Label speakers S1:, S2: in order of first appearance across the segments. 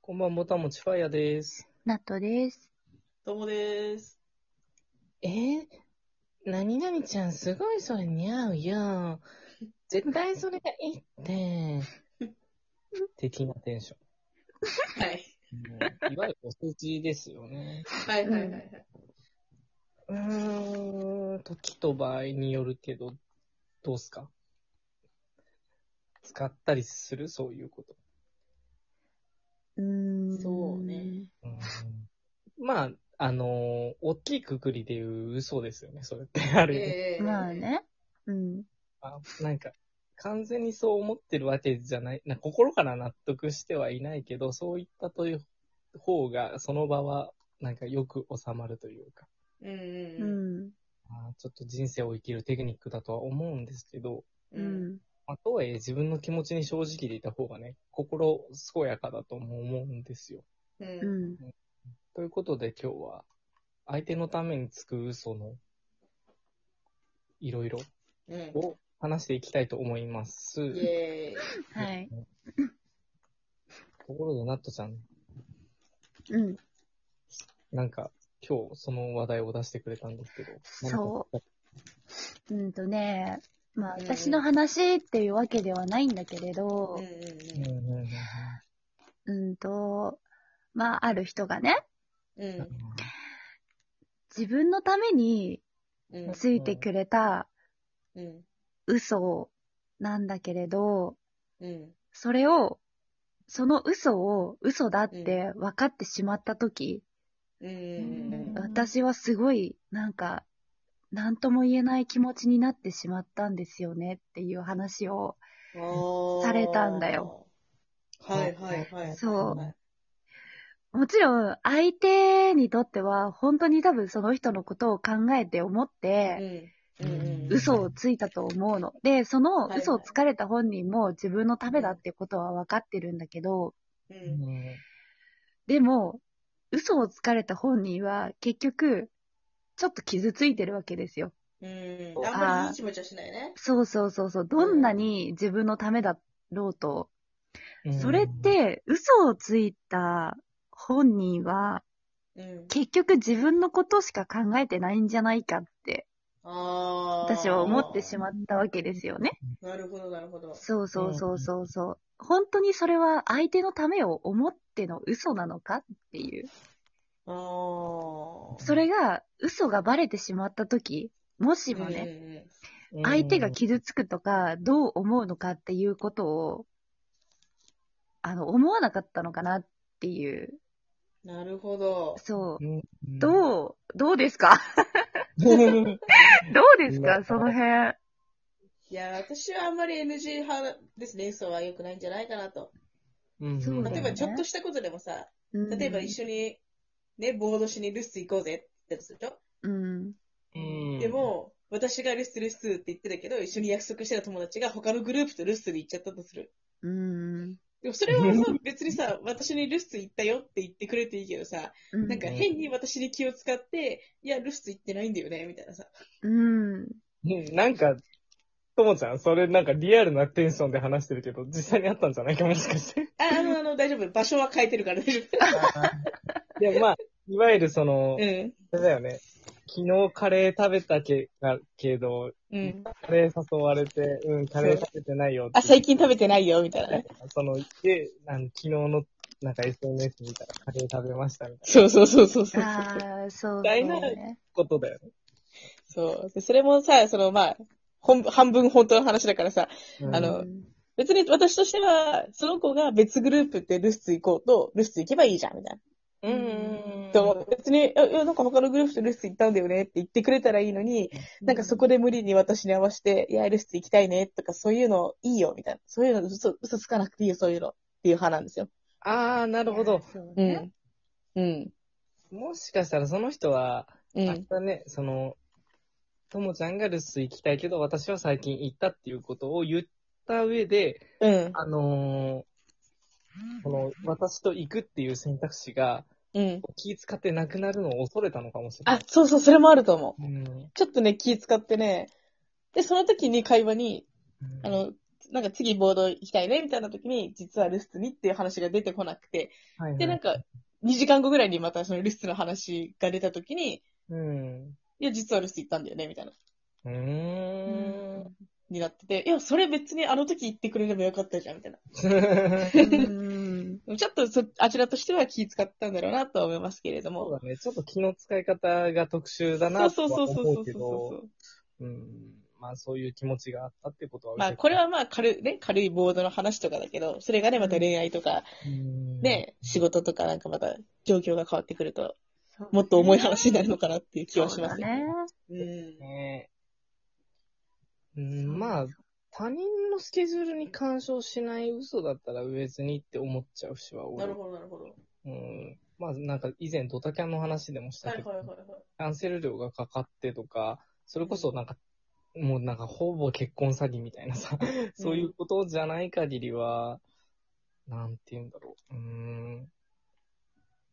S1: こんばんは、ぼたもちファイヤーです。
S2: ナットです。
S3: どうもでーす。
S1: えー、なになにちゃん、すごいそれ似合うよ。絶対それがいい って。的なテンショ
S3: はい。
S1: ン。もういわゆるお世辞ですよね。
S3: はいはいはいはい。
S1: うーん、時と場合によるけど、どうすか使ったりするそういうこと。
S2: うーん。
S3: そうね。
S1: うんまあ、あのー大きいくくりで言う嘘ですよね、それって。ある意味
S3: えー
S2: まあ。ね。うん。
S1: あなんか、完全にそう思ってるわけじゃない、な心から納得してはいないけど、そういったという方が、その場は、なんかよく収まるというか、
S3: うん
S2: う
S3: うん
S2: ん。
S1: あーちょっと人生を生きるテクニックだとは思うんですけど、
S3: う。
S2: うんん。
S1: まあ、とはいえ自分の気持ちに正直でいた方がね、心健やかだとも思うんですよ。
S3: う。
S2: うんん。
S1: ということで今日は、相手のためにつく嘘の、いろいろ
S3: うん。
S1: を話していきたいと思います。
S3: イェーイ。
S2: はい。
S1: ところで、ナットちゃん、
S2: うん。
S1: なんか、今日その話題を出してくれたんですけど。
S2: そう。うんとね、まあ
S3: うん
S2: 私の話っていうわけではないんだけれど
S3: う
S1: うん
S3: ん、
S1: うんうんうん
S2: うんと、まあある人がね、
S3: うんうん。
S2: 自分のために
S3: うん
S2: ついてくれた
S3: うん。
S2: 嘘なんだけれど、
S3: うん。
S2: それを、その嘘を嘘だって分かってしまった時、
S3: うん。
S2: 私はすごい、なんか、なんとも言えない気持ちになってしまったんですよねっていう話を、
S3: うん。
S2: されたんだよ。
S3: はいはいはい。
S2: そう
S3: はい
S2: もちろん相手にとっては本当に多分その人のことを考えて思って、
S3: うん。うん。うん。
S2: 嘘をついたと思うの。で、その
S3: はい
S2: 嘘をつかれた本人も自分のためだってことは分かってるんだけど、
S1: う
S3: う。
S1: んん
S2: でも、嘘をつかれた本人は結局、ちょっと傷ついてるわけですよ。
S3: うん。あんまりムチムチはしないね。
S2: そうそうそうそう。どんなに自分のためだろうと、
S1: うん
S2: それっ、て、嘘をついた本人は、
S3: うん。
S2: 結局自分のことしか考えてないんじゃないかって、
S3: あー。
S2: 私は思ってしまったわけですよね。
S3: なるほどなるほど。
S2: そうそうそうそうそう。本当にそれは相手のためを思っての嘘なのかっていう。
S3: あー。
S2: それが、嘘がバレてしまった時、もしもね、
S3: ね。
S1: うん
S2: 相手が傷つくとか、どう思うのかっていうことを、あの、思わなかったのかなっていう。
S3: なるほど。
S2: そう。
S1: うんう
S2: どう、どうですか
S1: ん
S2: どうです
S1: う
S2: か
S1: ん
S2: その辺。
S3: いや、私はあんまり NG 派ですね。嘘は良くないんじゃないかなと。
S1: うん
S2: そうだ
S3: 例え
S2: ね
S3: ば、ちょっとしたことでもさ、例えば一緒に、ね、ボードしに留守行こうぜって言ったとするでしょ、
S2: うん。
S1: うん
S3: で、も、私が留守留守って言ってたけど、一緒に約束してた友達が他のグループと留守に行っちゃったとする。
S2: うん。
S3: でもそれはさ、別にさ、私に留守行ったよって言ってくれていいけどさ、
S2: うん。
S3: なんか変に私に気を使って、いや、留守行ってないんだよね、みたいな さ。
S2: うん。
S1: うんなんか、ともちゃん、それなんかリアルなテンションで話してるけど、実際にあったんじゃないかもしかして。
S3: あ、あの、あの、大丈夫。場所は変えてるから大丈
S1: でもまあ、いわゆるその
S3: 夫。う、ん。
S1: あれだよね。昨日カレー食べたけがけど、
S3: うん。
S1: カレー誘われて、うん、カレー食べてないよって
S3: あ、最近食べてないよ、みたいなね。
S1: その、で、なん昨日の、なんか SNS 見たら、カレー食べましたみたいな
S3: そうそうそうそうそう。
S2: ああ、そうそう
S3: 大な
S2: ね。
S1: ことだよね。
S3: そう。でそれもさ、その、まあ、本半分本当の話だからさ、
S1: うん
S3: あの別に私としては、その子が別グループで留守行こうと、留守行けばいいじゃん、みたい
S1: う
S3: な。
S1: んうん。
S3: と思って、別に、あいや、なんか他のグループと留守行ったんだよねって言ってくれたらいいのに、なんかそこで無理に私に合わせて、いや、留守行きたいねとか、そういうのいいよ、みたいな。そういうの嘘、嘘つかなくていいよ、そういうの。っていう派なんですよ。
S1: ああ、なるほど。
S2: そう
S3: う
S2: ね。
S3: ん。うん。
S1: もしかしたらその人は、
S3: う
S1: あ
S3: ん
S1: れ。だね、その、ともちゃんが留守行きたいけど、私は最近行ったっていうことを言った上で、
S3: うん。
S1: あのーこの、私と行くっていう選択肢が、
S3: うん。
S1: 気使ってなくなるのを恐れたのかもしれない。
S3: あ、そうそう、それもあると思う。
S1: うん、
S3: ちょっとね、気使ってね、で、その時に会話に、あの、なんか次ボード行きたいね、みたいな時に、実はルスツにっていう話が出てこなくて、
S1: はいはい
S3: で、なんか、2時間後ぐらいにまたそのルスツの話が出た時に、
S1: うん。
S3: いや、実はルスツ行ったんだよね、みたいな、
S1: うーん。
S3: になってて、いや、それ別にあの時言ってくれればよかったじゃん、みたいな。
S2: うん
S3: ちょっとそ、あちらとしては気使ったんだろうなとは思いますけれ
S1: そ
S3: ど
S1: う
S3: も。
S1: だね。ちょっと気の使い方が特殊だ
S3: そ
S1: な
S3: うそ
S1: と
S3: うそ
S1: は
S3: うそう
S1: 思
S3: そう
S1: うけど、
S3: そ
S1: うん。まあそういう気持ちがあったってことは
S3: う。
S1: 受
S3: ま
S1: け
S3: あ、
S1: て
S3: これ、はまあ軽い、ね、軽いボードの話とかだけど、それがね、また恋愛とか、
S1: うん、
S3: ね、仕事とかなんかまた状況が変わってくると、
S2: そう
S3: もっと重い話になるのかなっていう気はしま
S2: そ
S3: す
S2: うだね。
S3: うん。
S1: ねうん、まあ、他人のスケジュールに干渉しない嘘だったら別にって思っちゃうしは、俺。
S3: ほど、なるほど。
S1: うん。まあ、なんか以前ドタキャンの話でもしたけど、
S3: い。
S1: キャンセル料がかかってとか、それこそなんか、もうなんかほぼ結婚詐欺みたいなさ、そういうことじゃない限りは、なんて言うんだろう。うーん。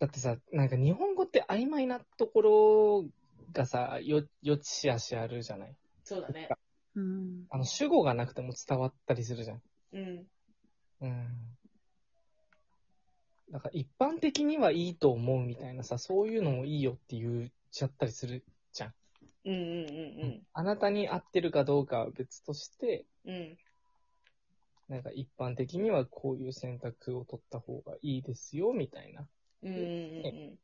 S1: だってさ、なんか日本語って曖昧なところがさ、よ、よちしあしあるじゃない
S3: そうだね。
S2: うん
S1: あの、主語がなくても伝わったりするじゃん。
S3: うん。
S1: うん。だから一般的にはいいと思うみたいなさ、そういうのもいいよって言っちゃったりする。
S3: うんうんうん
S1: あなたに合ってるかどうかは別として、
S3: うん。うん。
S1: なんか一般的にはこういう選択を取った方がいいですよ、みたいな。
S3: うんうん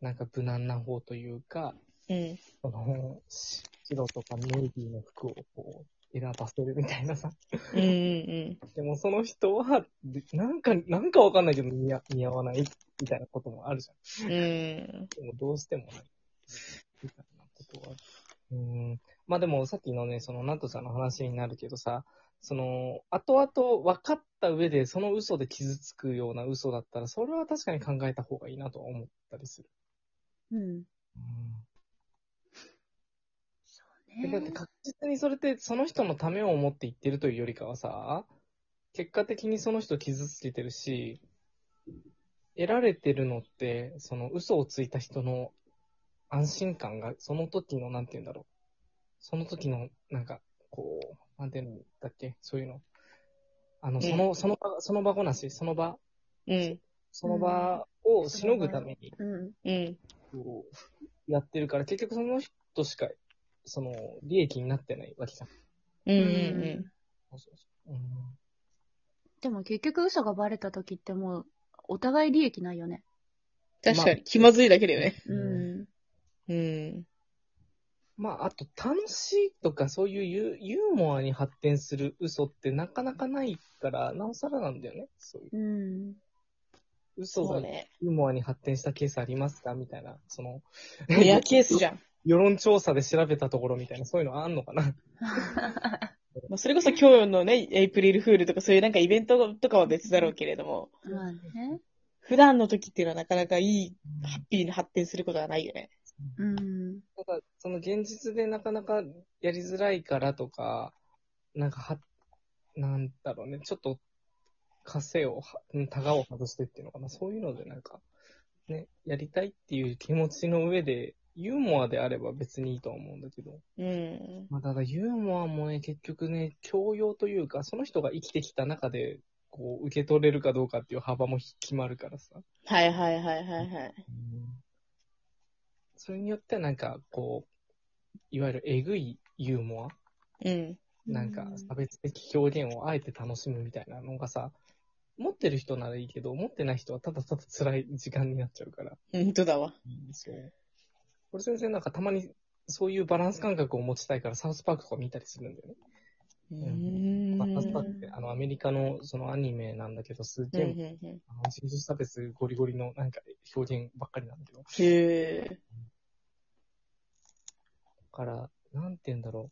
S1: なんか無難な方というか、
S3: うん。うん。
S1: その、白とかネイビーの服をこう選ばせるみたいな さ。
S3: うんうん
S1: でもその人は、でなんか、なんかわかんないけど似合似合わないみたいなこともあるじゃ
S3: うん。うん。
S1: ん。でもどうしてもない。みたいなことは。うん。まあでもさっきのね、そのナトさんの話になるけどさ、その、後々分かった上で、その嘘で傷つくような嘘だったら、それは確かに考えた方がいいなとは思ったりする。
S2: うん。そう
S1: でだって確実にそれってその人のためを思って言ってるというよりかはさ、結果的にその人を傷つけてるし、得られてるのって、その嘘をついた人の安心感が、その時の、なんて言うんだろう。その時の、なんか、こう、なんて言うんだっけそういうの。あの、
S3: ん
S1: その、その場、その場こなし、その場、
S3: うん。
S1: その場をしのぐために、
S2: うん。
S3: うん。
S1: こうやってるから、結局その人しか、その、利益になってないわけじゃん。
S3: うんうん
S1: そうそうそううん
S2: でも結局嘘がバレた時ってもう、お互い利益ないよね。
S3: 確かに、気まずいだけだよね。
S2: う
S1: うん
S2: ん。
S3: うん。
S1: まあ、あと、楽しいとか、そういうユユーモアに発展する嘘ってなかなかないから、なおさらなんだよね。そういう。
S2: うん。
S1: 嘘がユ
S3: ね。
S1: ーモアに発展したケースありますかみたいな、その、
S3: レアケースじゃん。
S1: 世論調査で調べたところみたいな、そういうのあんのかな
S3: まあ、それこそ今日のね、エイプリルフールとかそういうなんかイベントとかは別だろうけれども、
S2: まあね。
S3: 普段の時っていうのはなかなかいい、ハッピーに発展することはないよね。
S2: うん。
S1: なんか、その現実でなかなかやりづらいからとか、なんかは、なんだろうね、ちょっと、枷をは、うんタガを外してっていうのかな、そういうのでなんか、ね、やりたいっていう気持ちの上で、ユーモアであれば別にいいとは思うんだけど、
S3: うん。
S1: まあ、ただユーモアもね、結局ね、教養というか、その人が生きてきた中で、こう、受け取れるかどうかっていう幅も決まるからさ。
S3: はいはいはいはいはい。
S1: それによってはなんか、こう、いわゆるえぐいユーモア
S3: うん。
S1: なんか差別的表現をあえて楽しむみたいなのがさ、持ってる人ならいいけど、持ってない人はただただ辛い時間になっちゃうから。
S3: 本当だわ。
S1: そう。これ先生なんかたまにそういうバランス感覚を持ちたいからサウスパークとか見たりするんだよね。
S3: うんん。
S1: ま
S3: う
S1: あ
S3: ん
S1: サウスパークってあのアメリカのそのアニメなんだけど、す
S3: う
S1: げえ、
S3: ん
S1: あの人種差別ゴリゴリのなんか表現ばっかりなんだけど。だ
S3: へー
S1: から、なんて言うんだろ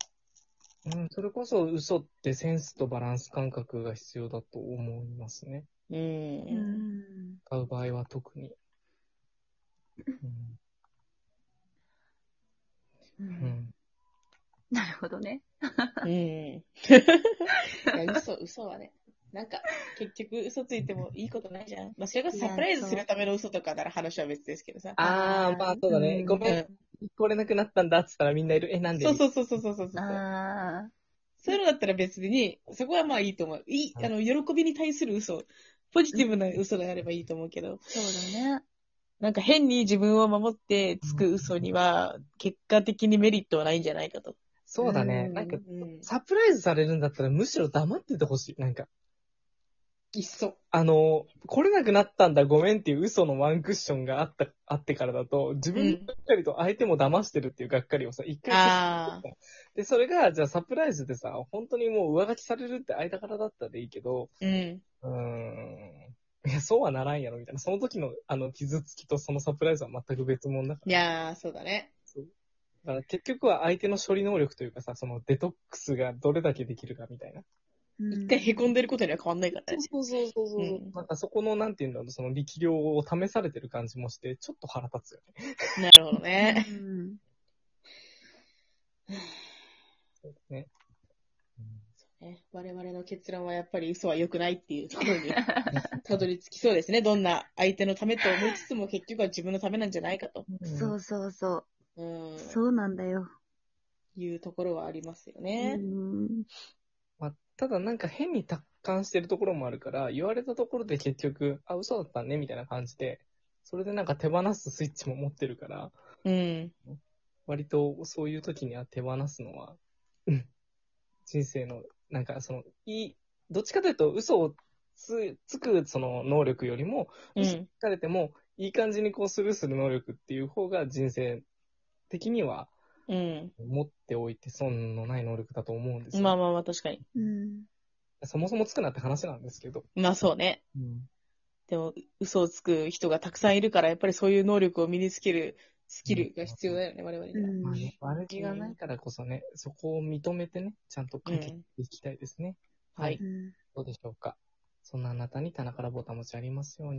S1: う。うん、それこそ嘘ってセンスとバランス感覚が必要だと思いますね。
S3: う。
S2: うんん。
S1: 買う場合は特に。う
S2: うん。
S1: うんん、
S2: なるほどね。
S3: うん。いや、嘘、嘘はね。なんか、結局嘘ついてもいいことないじゃん。まあ、それがサプライズするための嘘とかなら話は別ですけどさ。
S1: ああ、まあそうだね。
S2: うん
S1: ごめん、来れなくなったんだっつったらみんないる。え、なんで
S3: そうそうそうそうそうそう。
S2: ああ。
S3: そういうのだったら別に、そこはまあいいと思う。いい、あの、喜びに対する嘘。ポジティブな嘘であればいいと思うけど。
S2: そうだね。
S3: なんか変に自分を守ってつく嘘には、結果的にメリットはないんじゃないかと。
S1: そうだね。
S2: うん
S1: なんか、
S3: うん。
S1: サプライズされるんだったらむしろ黙っててほしい。なんか、
S3: いっそ。
S1: あの、来れなくなったんだごめんっていう嘘のワンクッションがあった、あってからだと、自分のがっかりと相手も騙してるっていうがっかりをさ、一回
S3: ああ。
S1: で、それが、じゃあサプライズでさ、本当にもう上書きされるって間からだったらいいけど、
S3: うん。
S1: うーん。いや、そうはならんやろ、みたいな。その時の、あの、傷つきとそのサプライズは全く別物だか
S3: いやー、そうだね。
S1: ら。だから結局は相手の処理能力というかさ、そのデトックスがどれだけできるかみたいな。
S3: 一回凹んでることには変わんないからね。
S1: そうそうそうそううん。なんかそこの、なんていうんだろう、その力量を試されてる感じもして、ちょっと腹立つよね。
S3: なるほどね。
S2: うん
S1: そうです ね。
S3: ね我々の結論はやっぱり嘘は良くないっていうところにたどり着きそうですね。どんな相手のためと思いつつも結局は自分のためなんじゃないかと。
S1: うん
S2: そうそうそうう。
S3: ん。
S2: そうなんだよ。
S3: いうところはありますよ
S2: う
S3: ね。
S2: ん。
S1: まあ、ただなんか変に達観してるところもあるから、言われたところで結局、あ、嘘だったね、みたいな感じで、それでなんか手放すスイッチも持ってるから、
S3: うん。
S1: 割とそういう時には手放すのは、うん人生の、なんかその、いい、どっちかというと嘘をつ、つくその能力よりも、
S3: う
S1: 嘘
S3: ん。
S1: 疲れても、いい感じにこうスルーする能力っていう方が人生的には
S3: うん。
S1: 持っておいて損のない能力だと思うんですよ。
S3: まあまあまあ確かに。
S2: うん。
S1: そもそもつくなって話なんですけど。
S3: まあそうね。でも嘘をつく人がたくさんいるから、やっぱりそういう能力を身につけるスキルが必要だよね、我々には。
S2: うん
S1: まあね、悪気がないからこそね、そこを認めてね、ちゃんと解決していきたいですね。
S3: はい。
S2: うん
S1: どうでしょうか。そんなあなたに棚からぼたもちありますように。